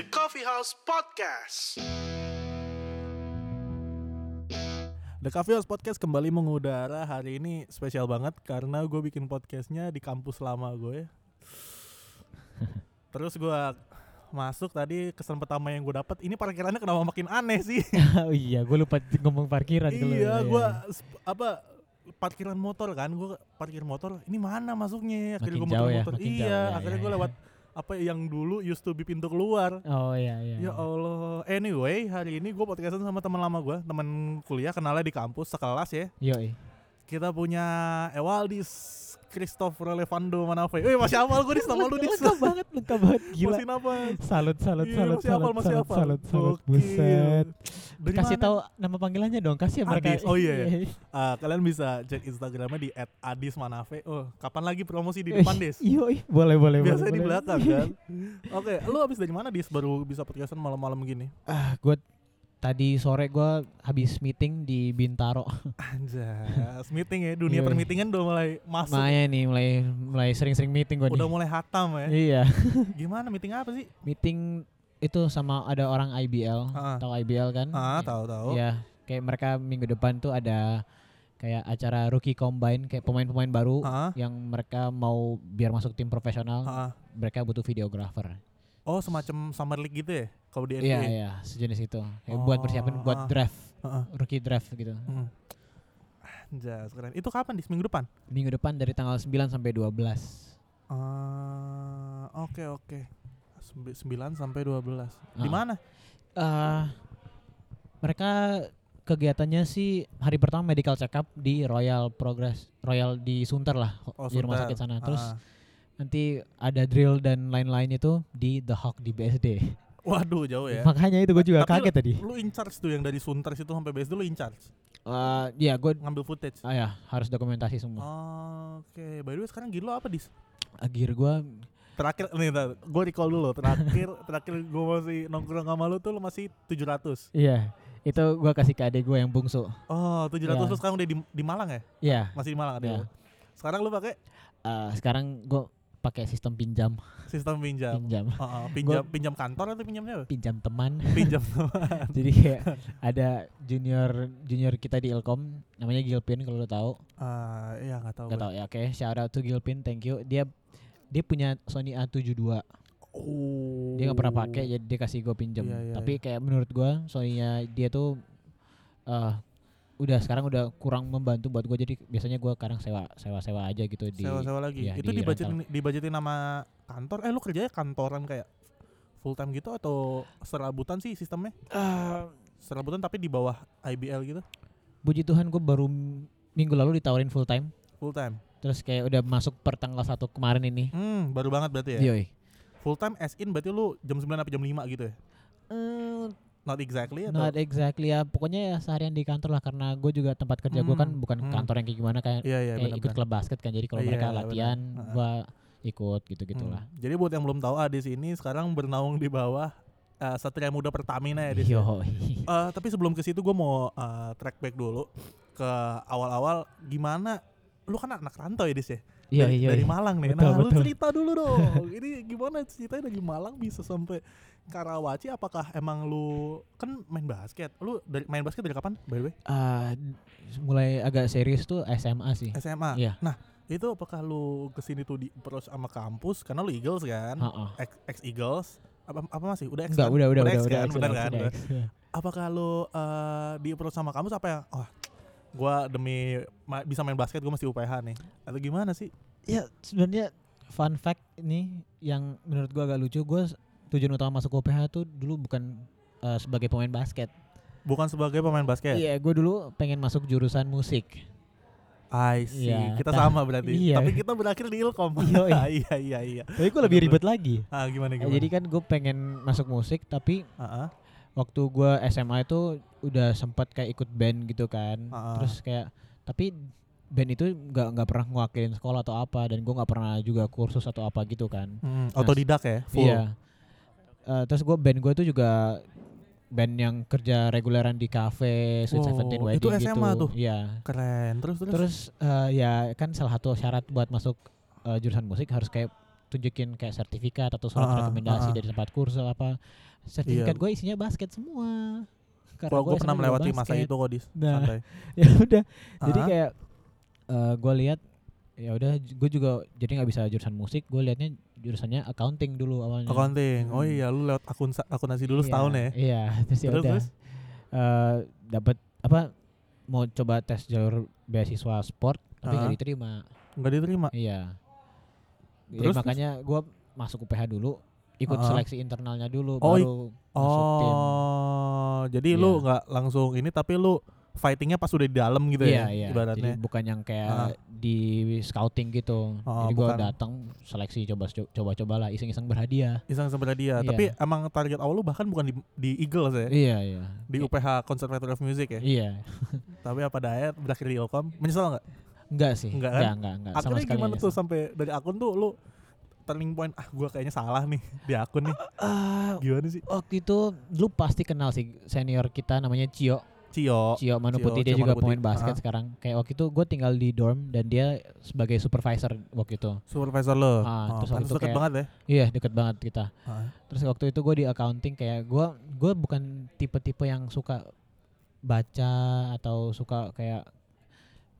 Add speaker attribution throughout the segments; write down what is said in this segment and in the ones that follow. Speaker 1: House Podcast.
Speaker 2: The Coffee House Podcast kembali mengudara hari ini spesial banget karena gue bikin podcastnya di kampus lama gue. Terus gue masuk tadi kesan pertama yang gue dapat ini parkirannya kenapa makin aneh sih?
Speaker 3: oh iya, gue lupa ngomong parkiran kalau
Speaker 2: iya,
Speaker 3: ya.
Speaker 2: gue sp- apa parkiran motor kan gue parkir motor ini mana masuknya? Akhirnya gue
Speaker 3: Makin jauh ya,
Speaker 2: muter-muter.
Speaker 3: makin
Speaker 2: iya,
Speaker 3: jauh, ya,
Speaker 2: akhirnya
Speaker 3: ya,
Speaker 2: gue
Speaker 3: ya.
Speaker 2: lewat apa yang dulu used to be pintu keluar.
Speaker 3: Oh iya iya.
Speaker 2: Ya Allah. Anyway, hari ini gue podcastan sama teman lama gue, teman kuliah kenalnya di kampus sekelas ya.
Speaker 3: Yoi.
Speaker 2: kita punya Ewaldis Christopher Levando Manave. Eh masih hafal gue dis nama lu dis.
Speaker 3: Lengkap banget, lengkap banget gila.
Speaker 2: Masih apa?
Speaker 3: Salut, salut,
Speaker 2: Iya,
Speaker 3: salut,
Speaker 2: masih hafal,
Speaker 3: salut,
Speaker 2: masih
Speaker 3: salut,
Speaker 2: hafal.
Speaker 3: salut, salut,
Speaker 2: Gokil.
Speaker 3: buset.
Speaker 2: Dari
Speaker 3: Kasih
Speaker 2: mana?
Speaker 3: tahu nama panggilannya dong, kasih ya mereka.
Speaker 2: Adis, oh iya, iya. Ah, kalian bisa cek Instagramnya di @adismanave. Oh, kapan lagi promosi di depan Des?
Speaker 3: Yoi, boleh Eh, iya, boleh boleh.
Speaker 2: Biasanya di
Speaker 3: boleh.
Speaker 2: belakang kan. Oke, lu habis dari mana Dis baru bisa podcastan malam-malam gini?
Speaker 3: Ah, gue tadi sore gue habis meeting di Bintaro.
Speaker 2: Anjas, meeting ya, dunia
Speaker 3: Yoi.
Speaker 2: permitingan udah mulai masuk.
Speaker 3: Makanya nih mulai mulai sering-sering meeting gue nih.
Speaker 2: Udah mulai hatam ya.
Speaker 3: Iya.
Speaker 2: Gimana meeting apa sih?
Speaker 3: Meeting itu sama ada orang IBL,
Speaker 2: Ah.
Speaker 3: tahu IBL kan?
Speaker 2: Ah,
Speaker 3: Ya.
Speaker 2: tahu-tahu.
Speaker 3: Ya, kayak mereka minggu depan tuh ada kayak acara rookie combine kayak pemain-pemain baru
Speaker 2: Ah,
Speaker 3: yang mereka mau biar masuk tim profesional,
Speaker 2: ah.
Speaker 3: mereka butuh videographer.
Speaker 2: Oh, semacam summer league gitu ya kalau di NBA.
Speaker 3: Iya, iya, sejenis itu. Kayak buat persiapan buat
Speaker 2: Oh, ah.
Speaker 3: draft,
Speaker 2: Heeh.
Speaker 3: rookie draft gitu.
Speaker 2: Hmm. Anjas, keren. Itu kapan di minggu depan?
Speaker 3: Minggu depan dari tanggal 9 sampai 12.
Speaker 2: Ah, oke oke. Sembi- Sembilan 9 sampai 12. Di
Speaker 3: Ah.
Speaker 2: mana?
Speaker 3: Eh mereka kegiatannya sih hari pertama medical check up di Royal Progress, Royal di Sunter lah,
Speaker 2: Oh,
Speaker 3: di rumah
Speaker 2: Sunter.
Speaker 3: sakit sana. Terus
Speaker 2: Ah.
Speaker 3: nanti ada drill dan lain-lain itu di The Hawk di BSD.
Speaker 2: Waduh, jauh ya.
Speaker 3: Makanya itu gue juga
Speaker 2: Tapi
Speaker 3: kaget tadi.
Speaker 2: Lu in charge tuh yang dari Sunter situ sampai base dulu in charge.
Speaker 3: Eh ya gue
Speaker 2: Ngambil footage.
Speaker 3: ah, ya, harus
Speaker 2: Oh.
Speaker 3: dokumentasi semua.
Speaker 2: Oke, by the way sekarang gila apa dis?
Speaker 3: Akhir gue
Speaker 2: Terakhir nih, gue recall dulu. Terakhir, terakhir gue masih nongkrong sama lu tuh lu masih 700.
Speaker 3: iya itu gue kasih ke adik gue yang bungsu.
Speaker 2: Oh, 700
Speaker 3: Iya.
Speaker 2: lu sekarang udah di, di Malang ya?
Speaker 3: Iya.
Speaker 2: Masih di Malang ada.
Speaker 3: Iya.
Speaker 2: lu. Sekarang lu pakai
Speaker 3: eh, sekarang gue pakai sistem pinjam,
Speaker 2: sistem pinjam.
Speaker 3: pinjam,
Speaker 2: Oh, oh, pinjam pinjam kantor atau pinjamnya apa?
Speaker 3: pinjam teman.
Speaker 2: Pinjam
Speaker 3: Jadi kayak ada junior junior kita di Ilkom namanya Gilpin kalau lo tahu.
Speaker 2: Ah, iya nggak tahu.
Speaker 3: Gak
Speaker 2: gue.
Speaker 3: tahu ya. Oke, shout out to Gilpin, thank you. Dia dia punya Sony A72.
Speaker 2: Oh.
Speaker 3: dia nggak pernah pakai jadi dia kasih gue pinjem
Speaker 2: Iya, iya,
Speaker 3: tapi kayak menurut gue soalnya dia tuh eh udah sekarang udah kurang membantu buat gue jadi biasanya gue kadang sewa sewa sewa aja gitu di
Speaker 2: Sewa-sewa lagi.
Speaker 3: iya,
Speaker 2: itu
Speaker 3: di
Speaker 2: dibajetin dibajetin nama kantor. Eh lu kerjanya kantoran kayak full time gitu atau serabutan sih sistemnya? Ah. Serabutan tapi di bawah IBL gitu.
Speaker 3: puji tuhan gue baru m- minggu lalu ditawarin full time
Speaker 2: Full time.
Speaker 3: terus kayak udah masuk per tanggal satu kemarin ini
Speaker 2: Hmm, baru banget berarti ya.
Speaker 3: Yoi.
Speaker 2: Full time as in berarti lu jam 9 sampai jam 5 gitu ya. Eh,
Speaker 3: Mm,
Speaker 2: Not exactly atau
Speaker 3: not exactly ya pokoknya ya seharian di kantor lah karena gue juga tempat kerja gue
Speaker 2: Hmm,
Speaker 3: kan bukan
Speaker 2: hmm.
Speaker 3: kantor yang kayak gimana kayak,
Speaker 2: Iya, iya
Speaker 3: kayak ikut
Speaker 2: benar-benar.
Speaker 3: klub basket kan jadi kalau
Speaker 2: Iya,
Speaker 3: mereka
Speaker 2: benar.
Speaker 3: latihan
Speaker 2: Heeh.
Speaker 3: gue ikut gitu gitulah
Speaker 2: Hmm. Jadi buat yang belum tahu Adis ini sekarang bernaung di bawah eh, Satria Muda Pertamina ya Adis. ya?
Speaker 3: Yoi.
Speaker 2: Eh, tapi sebelum ke situ gue mau eh, track back dulu ke awal-awal gimana lu kan anak rantau ya Dis ya
Speaker 3: Iya,
Speaker 2: dari,
Speaker 3: iya.
Speaker 2: dari
Speaker 3: iya.
Speaker 2: Malang nih
Speaker 3: Betul,
Speaker 2: nah lu
Speaker 3: betul.
Speaker 2: cerita dulu dong ini gimana ceritanya dari Malang bisa sampai Karawaci apakah emang lu kan main basket lu dari main basket dari kapan by the way
Speaker 3: Ah, d- mulai agak serius tuh SMA sih.
Speaker 2: SMA
Speaker 3: Iya.
Speaker 2: nah itu apakah lu kesini tuh di terus sama kampus karena lu Eagles kan
Speaker 3: Heeh.
Speaker 2: ex, ex Eagles apa apa masih udah ex
Speaker 3: Enggak,
Speaker 2: kan?
Speaker 3: udah udah udah
Speaker 2: ex
Speaker 3: udah.
Speaker 2: kan?
Speaker 3: ex,
Speaker 2: Bener
Speaker 3: udah ex,
Speaker 2: kan?
Speaker 3: udah
Speaker 2: Udah.
Speaker 3: ex, iya.
Speaker 2: apakah lo eh di approach sama kamu apa yang oh gua demi ma- bisa main basket gue mesti UPH nih atau gimana sih
Speaker 3: Ya, sebenarnya fun fact ini yang menurut gua agak lucu, gua s- tujuan utama masuk UPH tuh dulu bukan eh, sebagai pemain basket.
Speaker 2: bukan sebagai pemain basket
Speaker 3: Iya, gua dulu pengen masuk jurusan musik.
Speaker 2: I see
Speaker 3: Iya,
Speaker 2: kita
Speaker 3: tah-
Speaker 2: sama berarti
Speaker 3: iya.
Speaker 2: tapi kita berakhir di ilkom
Speaker 3: Yoi.
Speaker 2: iya iya iya
Speaker 3: Tapi gua
Speaker 2: lebih
Speaker 3: lebih ribet lagi.
Speaker 2: ah gimana gimana
Speaker 3: Jadi kan gue pengen masuk musik tapi
Speaker 2: Ah, ah.
Speaker 3: waktu gua SMA itu udah sempat kayak ikut band gitu kan
Speaker 2: Ah.
Speaker 3: terus kayak tapi band itu nggak nggak pernah ngewakilin sekolah atau apa dan gua nggak pernah juga kursus atau apa gitu kan
Speaker 2: Hmm, otodidak ya full
Speaker 3: iya Eh, terus gua band gua itu juga band yang kerja reguleran di kafe Sweet
Speaker 2: Wow,
Speaker 3: Seventeen
Speaker 2: Oh, itu
Speaker 3: Wedding
Speaker 2: SMA
Speaker 3: gitu
Speaker 2: tuh.
Speaker 3: iya
Speaker 2: keren terus terus,
Speaker 3: terus eh, ya kan salah satu syarat buat masuk eh, jurusan musik harus kayak tunjukin kayak sertifikat atau surat
Speaker 2: Ah, ah, ah,
Speaker 3: rekomendasi
Speaker 2: ah.
Speaker 3: dari tempat kursus apa sertifikat gue isinya basket semua karena
Speaker 2: Gua, gua
Speaker 3: SMA
Speaker 2: pernah
Speaker 3: juga
Speaker 2: melewati masa
Speaker 3: basket.
Speaker 2: itu kok, Dis.
Speaker 3: Nah,
Speaker 2: Santai.
Speaker 3: ya udah jadi
Speaker 2: Ah,
Speaker 3: kayak gue lihat ya udah gue juga jadi nggak bisa jurusan musik gue liatnya jurusannya accounting dulu awalnya
Speaker 2: accounting. Oh
Speaker 3: Hmm.
Speaker 2: iya, lu lewat akun akuntansi dulu
Speaker 3: Iya,
Speaker 2: setahun ya.
Speaker 3: iya terus ya
Speaker 2: Terus,
Speaker 3: udah
Speaker 2: terus?
Speaker 3: Eh, dapat apa mau coba tes jalur beasiswa sport tapi nggak
Speaker 2: Ah.
Speaker 3: diterima
Speaker 2: Enggak diterima.
Speaker 3: iya
Speaker 2: Terus,
Speaker 3: jadi
Speaker 2: terus?
Speaker 3: makanya gue masuk UPH dulu ikut
Speaker 2: Ah.
Speaker 3: seleksi internalnya dulu
Speaker 2: Oh, i-
Speaker 3: baru masuk tim
Speaker 2: Oh, jadi lu
Speaker 3: Iya.
Speaker 2: nggak langsung ini tapi lu fightingnya pas udah di dalam gitu ya
Speaker 3: iya, iya.
Speaker 2: ibaratnya.
Speaker 3: Jadi bukan yang kayak
Speaker 2: Ah.
Speaker 3: di scouting gitu.
Speaker 2: Oh,
Speaker 3: Jadi
Speaker 2: bukan.
Speaker 3: gua datang seleksi coba coba-coba lah iseng-iseng berhadiah.
Speaker 2: Iseng sebenarnya dia,
Speaker 3: Iya.
Speaker 2: tapi emang target awal lu bahkan bukan di, di Eagles ya,
Speaker 3: Iya, iya.
Speaker 2: di UPH Conservatory of Music ya.
Speaker 3: Iya.
Speaker 2: Tapi apa daya berakhir di Ilkom, menyesal nggak?
Speaker 3: Enggak sih.
Speaker 2: Enggak
Speaker 3: Enggak,
Speaker 2: kan?
Speaker 3: enggak, enggak. Iya, Sama
Speaker 2: Akhirnya
Speaker 3: sekali.
Speaker 2: gimana
Speaker 3: enggak
Speaker 2: tuh
Speaker 3: sama.
Speaker 2: sampai dari akun tuh lu turning point ah gua kayaknya salah nih di akun nih.
Speaker 3: Ah,
Speaker 2: Gimana sih?
Speaker 3: waktu itu lu pasti kenal sih senior kita namanya Cio.
Speaker 2: Cio.
Speaker 3: Cio Manu
Speaker 2: Oh, Cio-
Speaker 3: Putih dia
Speaker 2: Cio
Speaker 3: juga
Speaker 2: Manu
Speaker 3: pemain
Speaker 2: Putih.
Speaker 3: basket
Speaker 2: Ah.
Speaker 3: sekarang. Kayak waktu itu gue tinggal di dorm dan dia sebagai supervisor waktu itu.
Speaker 2: Supervisor lo.
Speaker 3: Ah,
Speaker 2: Oh, pantes
Speaker 3: terus waktu itu
Speaker 2: deket
Speaker 3: kayak-
Speaker 2: banget ya.
Speaker 3: Iya, deket banget kita.
Speaker 2: Ah.
Speaker 3: Terus waktu itu gue di accounting kayak gue gue bukan tipe-tipe yang suka baca atau suka kayak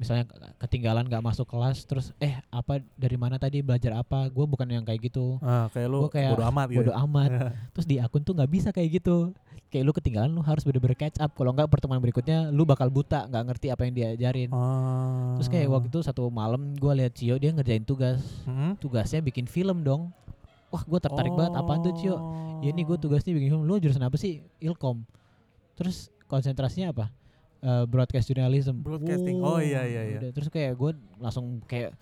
Speaker 3: misalnya ke- ketinggalan nggak masuk kelas terus eh apa dari mana tadi belajar apa gue bukan yang kayak gitu
Speaker 2: Ah, kayak lu
Speaker 3: Gua kayak
Speaker 2: bodo amat gitu.
Speaker 3: bodoh amat terus di akun tuh nggak bisa kayak gitu kayak lu ketinggalan lu harus bener-bener catch up kalau nggak pertemuan berikutnya lu bakal buta nggak ngerti apa yang diajarin
Speaker 2: Ah.
Speaker 3: terus kayak waktu itu satu malam gue lihat Cio dia ngerjain tugas
Speaker 2: Hmm?
Speaker 3: tugasnya bikin film dong wah gue tertarik banget apaan tuh Cio ya ini
Speaker 2: Oh.
Speaker 3: gue tugasnya bikin film lu jurusan apa sih ilkom terus konsentrasinya apa Eh, broadcast journalism
Speaker 2: Broadcasting. Oh, iya, iya, iya.
Speaker 3: Udah, terus kayak gue langsung kayak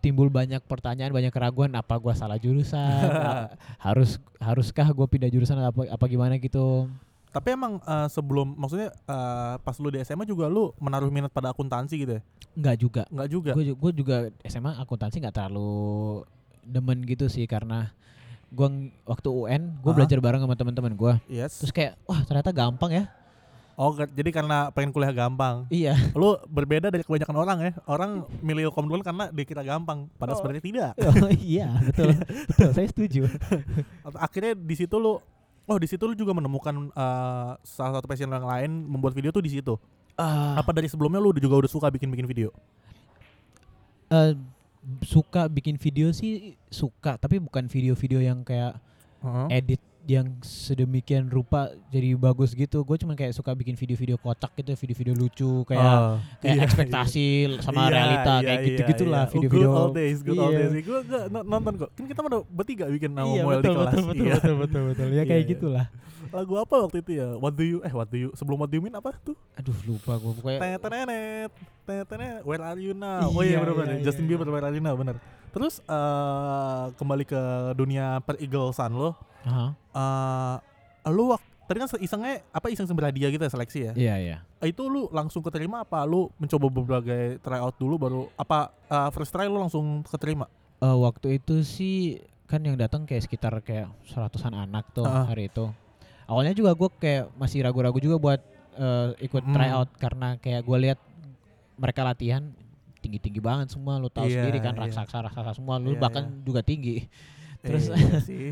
Speaker 3: timbul banyak pertanyaan banyak keraguan apa gue salah jurusan A- harus haruskah gue pindah jurusan atau apa apa gimana gitu
Speaker 2: Tapi emang eh, sebelum maksudnya eh, pas lu di SMA juga lu menaruh minat pada akuntansi gitu ya?
Speaker 3: nggak juga
Speaker 2: Enggak juga.
Speaker 3: gue juga, juga SMA akuntansi nggak terlalu demen gitu sih karena gue waktu UN gue
Speaker 2: Hah?
Speaker 3: belajar bareng sama teman-teman gue
Speaker 2: Yes.
Speaker 3: terus kayak wah ternyata gampang ya
Speaker 2: Oh, ke- jadi karena pengen kuliah gampang.
Speaker 3: iya
Speaker 2: Lu berbeda dari kebanyakan orang ya. Orang milih ilkom dulu karena dikira gampang, padahal
Speaker 3: Oh.
Speaker 2: sebenarnya tidak.
Speaker 3: Oh iya betul betul saya setuju.
Speaker 2: Akhirnya di situ lu Oh di situ lu juga menemukan eh, salah satu passion orang lain membuat video tuh di situ.
Speaker 3: Ah,
Speaker 2: Apa dari sebelumnya lu juga udah suka bikin-bikin video?
Speaker 3: eh, suka bikin video sih suka tapi bukan video-video yang kayak
Speaker 2: Heeh.
Speaker 3: edit yang sedemikian rupa jadi bagus gitu. Gue cuma kayak suka bikin video-video kocak gitu, video-video lucu kayak
Speaker 2: Ah,
Speaker 3: kayak
Speaker 2: iya, iya.
Speaker 3: ekspektasi
Speaker 2: Iya,
Speaker 3: sama realita
Speaker 2: iya,
Speaker 3: kayak
Speaker 2: iya,
Speaker 3: gitu-gitulah
Speaker 2: iya.
Speaker 3: video-video.
Speaker 2: Good old days, good old
Speaker 3: Iya.
Speaker 2: days. Gue nonton kok. Kan kita udah bertiga bikin nama
Speaker 3: iya,
Speaker 2: Moel di
Speaker 3: betul,
Speaker 2: kelas.
Speaker 3: betul, betul,
Speaker 2: Iya.
Speaker 3: betul, betul, betul. Ya
Speaker 2: Iya,
Speaker 3: kayak
Speaker 2: iya.
Speaker 3: gitulah.
Speaker 2: Lagu apa waktu itu ya? What do you eh what do you sebelum what do you mean apa tuh?
Speaker 3: Aduh, lupa gue pokoknya.
Speaker 2: Tenetenet. Tenetenet. Where are you now? Oh
Speaker 3: Eh. Iya,
Speaker 2: iya benar benar.
Speaker 3: iya,
Speaker 2: Justin
Speaker 3: iya.
Speaker 2: Bieber Where are you now benar. Terus eh kembali ke dunia per Eaglesan lo.
Speaker 3: Aha,
Speaker 2: Eh lu waktu tadi kan isengnya apa iseng sembradia gitu ya seleksi ya?
Speaker 3: Iya, iya.
Speaker 2: Itu lu langsung keterima apa lu mencoba berbagai tryout dulu baru apa eh, first try lu langsung keterima?
Speaker 3: Eh, waktu itu sih kan yang datang kayak sekitar kayak seratusan anak tuh
Speaker 2: Ah.
Speaker 3: hari itu. Awalnya juga gue kayak masih ragu-ragu juga buat eh, ikut
Speaker 2: Hmm.
Speaker 3: tryout karena kayak gue lihat mereka latihan tinggi-tinggi banget semua lu tahu
Speaker 2: Iya,
Speaker 3: sendiri kan
Speaker 2: iya.
Speaker 3: raksasa-raksasa semua lu
Speaker 2: Iya,
Speaker 3: bahkan juga tinggi. Terus-
Speaker 2: Eh, iya sih.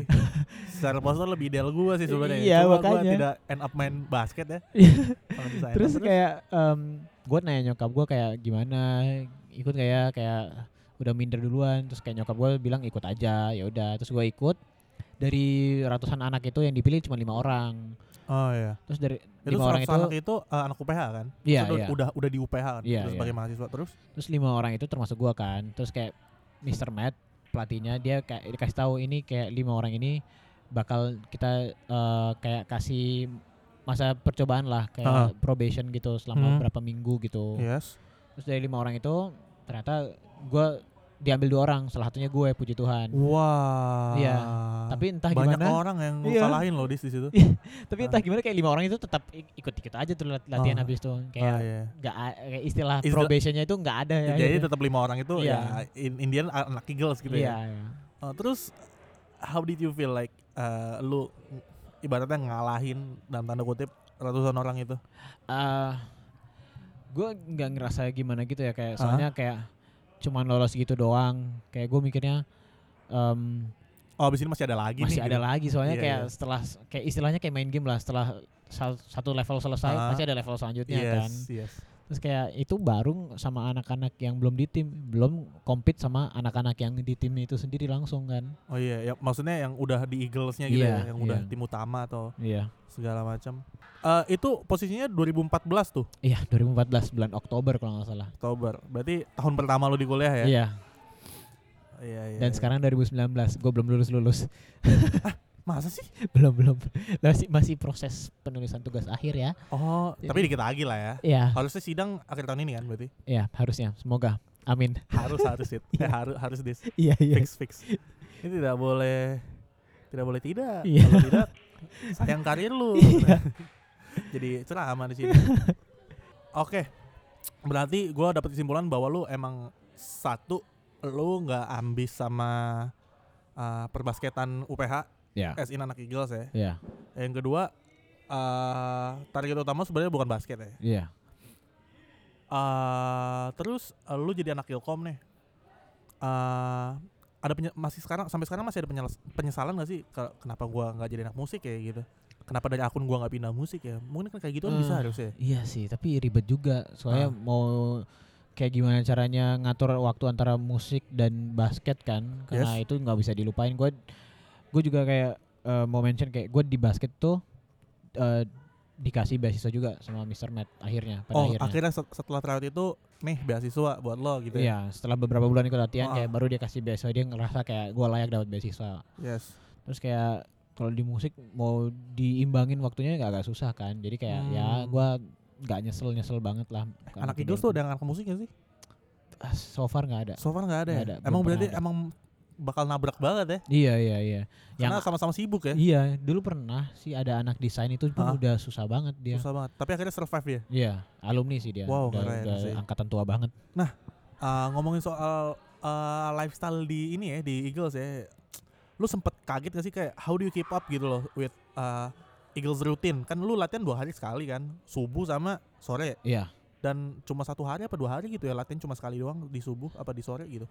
Speaker 2: Secara poster lebih ideal gua sih sebenarnya.
Speaker 3: Iya,
Speaker 2: Cuma gua
Speaker 3: makanya. Iya.
Speaker 2: tidak end up main basket ya. Kalau di sana.
Speaker 3: Terus kayak gue nanya nyokap gue kayak gimana ikut kayak kayak udah minder duluan terus kayak nyokap gue bilang ikut aja ya udah terus gue ikut dari ratusan anak itu yang dipilih cuma lima orang
Speaker 2: Oh iya.
Speaker 3: terus dari
Speaker 2: Itu
Speaker 3: lima orang
Speaker 2: seratus
Speaker 3: itu
Speaker 2: anak itu eh, anak UPH kan?
Speaker 3: Iya,
Speaker 2: Maksudnya
Speaker 3: iya.
Speaker 2: Udah udah di UPH kan.
Speaker 3: Iya,
Speaker 2: terus
Speaker 3: iya.
Speaker 2: sebagai mahasiswa terus.
Speaker 3: terus lima orang itu termasuk gua kan terus kayak Mr. Matt pelatihnya dia kayak dikasih tahu ini kayak lima orang ini bakal kita eh, kayak kasih masa percobaan lah
Speaker 2: Ah.
Speaker 3: kayak probation gitu selama
Speaker 2: Hmm. Iya.
Speaker 3: berapa minggu gitu
Speaker 2: Yes.
Speaker 3: terus dari lima orang itu ternyata gua diambil dua orang salah satunya gue puji Tuhan
Speaker 2: Wah.
Speaker 3: Iya. tapi entah
Speaker 2: banyak
Speaker 3: gimana
Speaker 2: orang yang lu
Speaker 3: Iya.
Speaker 2: salahin loh dis di situ.
Speaker 3: tapi entah gimana kayak lima orang itu tetap ik- ikut-ikut aja tuh lat-
Speaker 2: Ah.
Speaker 3: latihan habis itu
Speaker 2: Ah,
Speaker 3: kayak
Speaker 2: iya.
Speaker 3: nggak a- kayak istilah,
Speaker 2: Istilah-
Speaker 3: probationnya itu nggak ada ya
Speaker 2: Jadi
Speaker 3: gitu.
Speaker 2: tetap lima orang itu
Speaker 3: Iya.
Speaker 2: ya in Indian anak Eagles gitu ya.
Speaker 3: iya, iya.
Speaker 2: Oh, terus how did you feel like eh, lu ibaratnya ngalahin dalam tanda kutip ratusan orang itu?
Speaker 3: gue Ah, nggak ngerasa gimana gitu ya kayak
Speaker 2: Hah?
Speaker 3: soalnya kayak cuman lolos gitu doang kayak gue mikirnya em,
Speaker 2: Oh, abis ini masih ada lagi
Speaker 3: masih
Speaker 2: nih.
Speaker 3: ada lagi soalnya
Speaker 2: Iya,
Speaker 3: kayak
Speaker 2: iya.
Speaker 3: setelah kayak istilahnya kayak main game lah setelah sa- satu level selesai
Speaker 2: Ah.
Speaker 3: pasti ada level selanjutnya
Speaker 2: Yes,
Speaker 3: kan
Speaker 2: yes.
Speaker 3: terus kayak itu baru sama anak-anak yang belum di tim belum compete sama anak-anak yang di tim itu sendiri langsung kan
Speaker 2: Oh iya, ya, maksudnya yang udah di Eagles-nya gitu ya,
Speaker 3: Iya,
Speaker 2: yang udah
Speaker 3: iya.
Speaker 2: tim utama atau
Speaker 3: iya
Speaker 2: segala macam. Eh itu posisinya 2014 tuh,
Speaker 3: iya 2014 bulan Oktober kalau nggak salah
Speaker 2: Oktober. Berarti tahun pertama lu di kuliah ya?
Speaker 3: iya
Speaker 2: Iya, iya,
Speaker 3: dan
Speaker 2: iya.
Speaker 3: sekarang 2019 gue belum lulus lulus
Speaker 2: masa sih?
Speaker 3: belum belum masih masih proses penulisan tugas akhir ya
Speaker 2: Oh,
Speaker 3: Jadi-
Speaker 2: tapi dikit lagi lah ya.
Speaker 3: ya
Speaker 2: Harusnya sidang akhir tahun ini kan berarti.
Speaker 3: ya harusnya semoga amin
Speaker 2: Harus harus it. Eh, harus harus dis.
Speaker 3: iya iya
Speaker 2: Fix fix. Ini tidak boleh tidak boleh tidak.
Speaker 3: Iya.
Speaker 2: Kalau tidak sayang karir lu. Jadi ceramah di sini. Oke. Berarti gua dapat kesimpulan bahwa lu emang satu lu nggak ambis sama uh, perbasketan UPH,
Speaker 3: ya
Speaker 2: as in anak Eagles ya.
Speaker 3: ya
Speaker 2: Yang kedua eh target utama sebenarnya bukan basket ya.
Speaker 3: ya
Speaker 2: Eh, terus eh, lu jadi anak Ilkom nih. Eh, ada penye- masih sekarang sampai sekarang masih ada penyeles- penyesalan gak sih ke- kenapa gua nggak jadi anak musik ya gitu? Kenapa dari akun gua nggak pindah musik ya? Mungkin kan kayak gitu kan bisa
Speaker 3: Eh.
Speaker 2: harusnya.
Speaker 3: Iya sih, tapi ribet juga. Soalnya
Speaker 2: Ah.
Speaker 3: mau kayak gimana caranya ngatur waktu antara musik dan basket kan, karena itu nggak bisa dilupain. Gue gue juga kayak eh, mau mention kayak gue di basket tuh eh, dikasih beasiswa juga sama Mr. Matt akhirnya pada
Speaker 2: oh,
Speaker 3: akhirnya.
Speaker 2: akhirnya set- setelah tryout itu nih beasiswa buat lo gitu ya.
Speaker 3: Iya, setelah beberapa bulan ikut latihan
Speaker 2: Ah.
Speaker 3: kayak baru dia kasih beasiswa dia ngerasa kayak gue layak dapat beasiswa.
Speaker 2: Yes.
Speaker 3: Terus kayak kalau di musik mau diimbangin waktunya nggak agak susah kan. Jadi kayak ya
Speaker 2: Hmm.
Speaker 3: gue nggak nyesel nyesel banget lah.
Speaker 2: Anak
Speaker 3: itu
Speaker 2: Eagles tuh ada yang anak musik gak sih?
Speaker 3: Ah, so far nggak ada.
Speaker 2: So far nggak ada.
Speaker 3: Nggak
Speaker 2: ya?
Speaker 3: ada, belum
Speaker 2: Emang
Speaker 3: pernah
Speaker 2: berarti
Speaker 3: ada.
Speaker 2: emang bakal nabrak banget ya?
Speaker 3: Iya iya iya.
Speaker 2: Karena
Speaker 3: Yang
Speaker 2: sama-sama sibuk ya.
Speaker 3: iya dulu pernah sih ada anak desain itu pun
Speaker 2: Ah.
Speaker 3: udah susah banget dia.
Speaker 2: Susah banget. Tapi akhirnya survive ya.
Speaker 3: Iya alumni sih dia.
Speaker 2: Wow,
Speaker 3: udah,
Speaker 2: keren
Speaker 3: udah
Speaker 2: sih.
Speaker 3: angkatan tua banget.
Speaker 2: Uh, ngomongin soal uh, lifestyle di ini ya di Eagles ya, lu sempet kaget gak sih kayak how do you keep up gitu loh with uh, Eagles rutin? Kan lu latihan dua hari sekali kan, subuh sama sore
Speaker 3: Iya.
Speaker 2: dan cuma satu hari apa dua hari gitu ya latihan cuma sekali doang di subuh apa di sore gitu.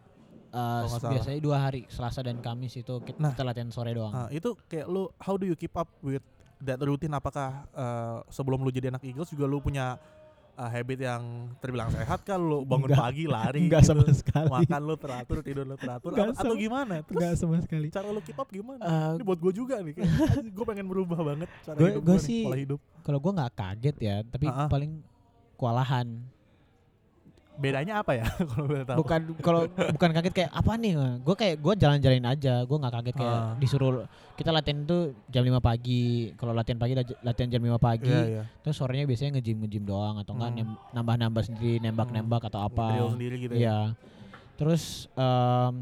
Speaker 3: Eh,
Speaker 2: nggak salah.
Speaker 3: biasanya dua hari Selasa dan Kamis itu kita,
Speaker 2: Nah.
Speaker 3: kita latihan sore doang.
Speaker 2: Nah, itu kayak lu how do you keep up with that rutin? Apakah uh, sebelum lu jadi anak Eagles juga lu punya uh, habit yang terbilang sehat kan lu bangun
Speaker 3: Nggak.
Speaker 2: pagi lari
Speaker 3: Enggak
Speaker 2: gitu,
Speaker 3: sama sekali.
Speaker 2: makan lu teratur tidur lu teratur
Speaker 3: Nggak
Speaker 2: apa- atau
Speaker 3: sama-
Speaker 2: gimana? Terus
Speaker 3: Enggak sama sekali.
Speaker 2: cara lu keep up gimana?
Speaker 3: Eh,
Speaker 2: Ini buat gue juga nih. gue pengen berubah banget cara
Speaker 3: Gua-
Speaker 2: hidup
Speaker 3: gua
Speaker 2: gue nih,
Speaker 3: sih-
Speaker 2: pola hidup.
Speaker 3: kalau gua nggak kaget ya, tapi
Speaker 2: Ah, ah.
Speaker 3: paling kewalahan.
Speaker 2: Bedanya apa ya kalau boleh tahu?
Speaker 3: Bukan kalau bukan kaget kayak apa nih? Gue kayak gue jalan-jalanin aja. Gue nggak kaget kayak
Speaker 2: Ah.
Speaker 3: disuruh kita latihan itu jam 5 pagi. Kalau latihan pagi laj- latihan jam 5 pagi.
Speaker 2: Iya, iya.
Speaker 3: Terus sorenya biasanya nge-gym nge-gym doang atau enggak
Speaker 2: Hmm.
Speaker 3: nem- nambah-nambah sendiri nembak-nembak atau apa.
Speaker 2: Drill sendiri gitu ya.
Speaker 3: Iya. Terus em,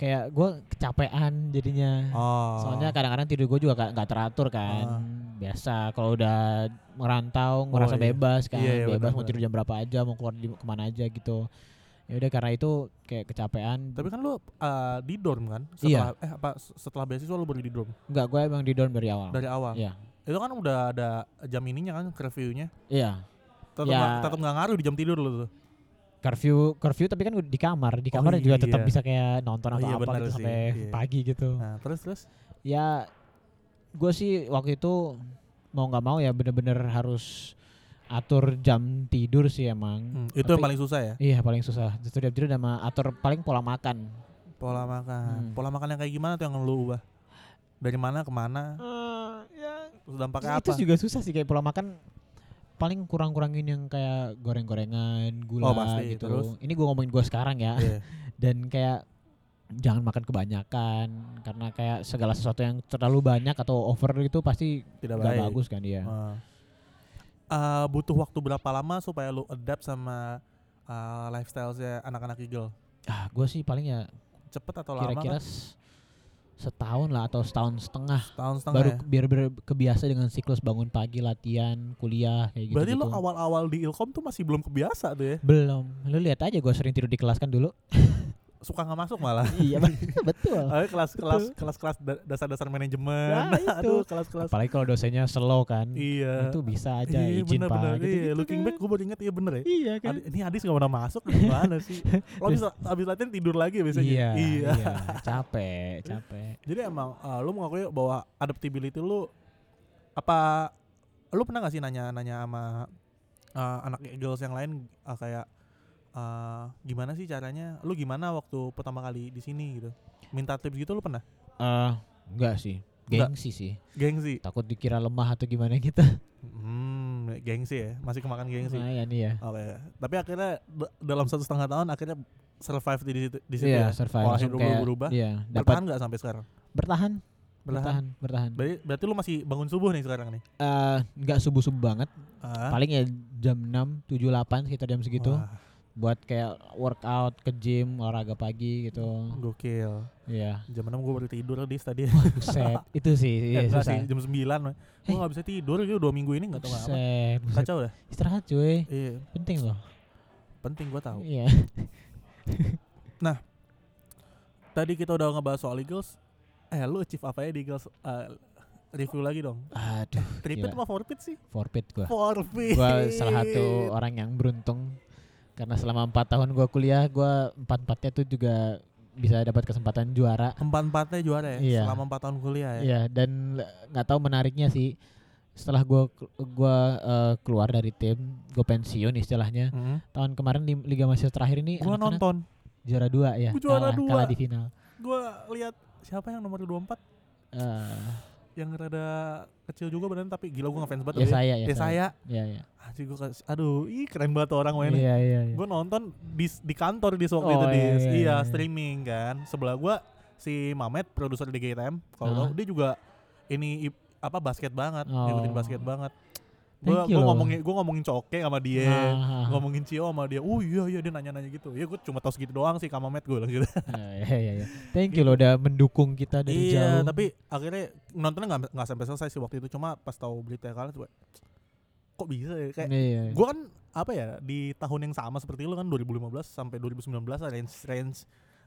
Speaker 3: kayak gue kecapean jadinya.
Speaker 2: Oh.
Speaker 3: Soalnya kadang-kadang tidur gue juga nggak- nggak teratur kan.
Speaker 2: Ah.
Speaker 3: Biasa kalau udah merantau merasa
Speaker 2: iya.
Speaker 3: bebas kan,
Speaker 2: Iya, iya,
Speaker 3: bebas mau
Speaker 2: benar-benar.
Speaker 3: tidur jam berapa aja, mau keluar di kemana aja gitu. Ya udah karena itu kayak kecapean.
Speaker 2: tapi kan lu eh, di dorm kan? Setelah
Speaker 3: Iya.
Speaker 2: eh apa setelah beasiswa lu baru di dorm
Speaker 3: nggak gue emang di down dari awal.
Speaker 2: dari awal.
Speaker 3: Iya.
Speaker 2: Itu kan udah ada jam ininya kan curfew-nya.
Speaker 3: Iya.
Speaker 2: Tetap
Speaker 3: Ya.
Speaker 2: nggak- tetap nggak ngaruh di jam tidur lu tuh.
Speaker 3: Curfew, curfew tapi kan di kamar, di kamar juga tetap
Speaker 2: iya.
Speaker 3: bisa kayak nonton
Speaker 2: Oh
Speaker 3: atau
Speaker 2: iya,
Speaker 3: apa
Speaker 2: benar
Speaker 3: gitu
Speaker 2: sih,
Speaker 3: sampai
Speaker 2: iya.
Speaker 3: pagi gitu.
Speaker 2: Nah, terus terus
Speaker 3: ya gue sih waktu itu mau nggak mau ya bener-bener harus atur jam tidur sih emang
Speaker 2: Hmm, itu yang
Speaker 3: Tapi-
Speaker 2: paling susah ya,
Speaker 3: iya paling susah justru jam tidur sama atur paling pola makan
Speaker 2: pola makan.
Speaker 3: Hmm.
Speaker 2: Pola makan yang kayak gimana tuh yang lu ubah? Dari mana ke mana? Terus dampaknya apa?
Speaker 3: Nah, itu juga susah sih kayak pola makan paling kurang-kurangin yang kayak goreng-gorengan gula
Speaker 2: Oh, pasti.
Speaker 3: gitu
Speaker 2: Terus?
Speaker 3: ini gue ngomongin gue sekarang ya
Speaker 2: Iya.
Speaker 3: dan kayak jangan makan kebanyakan karena kayak segala sesuatu yang terlalu banyak atau over itu pasti
Speaker 2: Tidak
Speaker 3: nggak
Speaker 2: baik. Oh.
Speaker 3: bagus kan dia
Speaker 2: Heeh. Eh, butuh waktu berapa lama supaya lu adapt sama eh, lifestyle-nya anak-anak Eagle?
Speaker 3: ah gue sih paling ya
Speaker 2: Cepet atau lama? kan?
Speaker 3: kira-kira s- setahun lah atau setahun setengah
Speaker 2: setahun setengah
Speaker 3: baru gitu
Speaker 2: ya?
Speaker 3: biar, biar kebiasa dengan siklus bangun pagi latihan kuliah kayak gitu
Speaker 2: Berarti lu awal-awal di Ilkom tuh masih belum kebiasa tuh ya?
Speaker 3: belum lu lihat aja gue sering tidur di kelas kan dulu
Speaker 2: suka nggak masuk malah.
Speaker 3: iya bet- iya. betul
Speaker 2: Eh, kelas-kelas kelas-kelas da- dasar-dasar manajemen.
Speaker 3: Nah, itu.
Speaker 2: Aduh, kelas-kelas.
Speaker 3: apalagi kalau dosennya slow kan
Speaker 2: Iya.
Speaker 3: itu bisa aja
Speaker 2: Iya,
Speaker 3: izin
Speaker 2: bener,
Speaker 3: pak
Speaker 2: bener.
Speaker 3: Gitu-gitu
Speaker 2: iya, looking
Speaker 3: kan.
Speaker 2: back gue baru inget iya bener ya.
Speaker 3: iya kan
Speaker 2: Adi- ini Adis gak pernah masuk gimana sih? Lo bisa habis latihan tidur lagi biasanya.
Speaker 3: iya, iya. capek capek
Speaker 2: Jadi emang eh, lu mengakui bahwa adaptability lu apa lu pernah gak sih nanya-nanya sama eh, anak girls yang lain eh, kayak eh, gimana sih caranya? Lu gimana waktu pertama kali di sini gitu? Minta tips gitu lu pernah?
Speaker 3: eh enggak sih
Speaker 2: Enggak.
Speaker 3: gengsi sih
Speaker 2: Gengsi.
Speaker 3: takut dikira lemah atau gimana gitu
Speaker 2: Hmm, gengsi ya. Masih kemakan gengsi.
Speaker 3: lumayan iya
Speaker 2: Oke. Tapi akhirnya da- dalam satu setengah tahun akhirnya survive di situ di situ
Speaker 3: iya
Speaker 2: ya.
Speaker 3: survive
Speaker 2: Pola
Speaker 3: Langsung
Speaker 2: hidup lu
Speaker 3: kayak-
Speaker 2: berubah.
Speaker 3: iya dapat
Speaker 2: Bertahan nggak sampai sekarang?
Speaker 3: bertahan
Speaker 2: Bertahan.
Speaker 3: bertahan bertahan
Speaker 2: Berarti, berarti lu masih bangun subuh nih sekarang nih?
Speaker 3: Eh, enggak subuh subuh banget
Speaker 2: Ah.
Speaker 3: paling gitu. ya jam 6, 7, 8 sekitar jam segitu
Speaker 2: Wah,
Speaker 3: buat kayak workout ke gym olahraga pagi gitu
Speaker 2: gokil.
Speaker 3: iya
Speaker 2: Jam 6 gue baru tidur dis tadi.
Speaker 3: buset itu sih
Speaker 2: Eh,
Speaker 3: iya,
Speaker 2: enggak sih,
Speaker 3: susah
Speaker 2: jam 9. Gue
Speaker 3: Hei.
Speaker 2: nggak bisa tidur gitu dua minggu ini nggak tahu apa.
Speaker 3: buset, buset.
Speaker 2: Kacau dah.
Speaker 3: istirahat cuy
Speaker 2: Iya,
Speaker 3: penting loh
Speaker 2: penting gue tahu.
Speaker 3: iya
Speaker 2: Tadi kita udah ngebahas soal Eagles. Eh, lu achieve apa ya di Eagles? Eh, review lagi dong.
Speaker 3: aduh
Speaker 2: Tripit
Speaker 3: Gila.
Speaker 2: apa forfeit sih?
Speaker 3: forfeit gua
Speaker 2: Forfeit.
Speaker 3: gue Iya. salah satu orang yang beruntung karena selama empat tahun gue kuliah gue empat empatnya tuh juga bisa dapat kesempatan juara
Speaker 2: empat-empatnya juara ya
Speaker 3: Iya.
Speaker 2: selama 4 tahun kuliah ya.
Speaker 3: ya dan le- nggak tahu menariknya sih setelah gue gua eh, keluar dari tim gue pensiun istilahnya
Speaker 2: Mm.
Speaker 3: tahun kemarin di Liga Mahasiswa terakhir ini
Speaker 2: Gua
Speaker 3: anak-anak
Speaker 2: nonton,
Speaker 3: juara dua ya
Speaker 2: Gua juara
Speaker 3: kalah,
Speaker 2: dua.
Speaker 3: kalah di final
Speaker 2: gua lihat siapa yang nomor 24
Speaker 3: Eh,
Speaker 2: yang rada kecil juga badan tapi gila gua ngefans banget.
Speaker 3: ya
Speaker 2: sama dia.
Speaker 3: saya ya
Speaker 2: Ya saya,
Speaker 3: ya ya
Speaker 2: anjir gua kas- aduh, ih keren banget tuh orang mainnya.
Speaker 3: iya iya iya.
Speaker 2: Gue nonton di di kantor di waktu
Speaker 3: Oh,
Speaker 2: itu di
Speaker 3: iya, iya,
Speaker 2: iya,
Speaker 3: iya.
Speaker 2: streaming kan. Sebelah gua si Mamet produser di GTM, kalau
Speaker 3: Ah.
Speaker 2: tahu dia juga ini i- apa basket banget,
Speaker 3: Oh.
Speaker 2: ngikutin basket banget. Gua
Speaker 3: Thank you
Speaker 2: gua
Speaker 3: loh.
Speaker 2: ngomongin gua ngomongin Coke sama dia.
Speaker 3: Ah, ah,
Speaker 2: ngomongin Cio sama dia, oh iya iya dia nanya-nanya gitu, ya gue cuma tau segitu doang sih sama Mamet gue bilang gitu.
Speaker 3: ah, iya, iya, iya. thank you lo udah mendukung kita dari
Speaker 2: iya,
Speaker 3: jauh
Speaker 2: tapi akhirnya nontonnya nggak nggak sampai selesai sih waktu itu, cuma pas tahu berita kalah tuh, kok bisa ya kayak
Speaker 3: Iya, iya.
Speaker 2: gue kan apa ya di tahun yang sama seperti lu kan 2015 sampai 2019 lah range range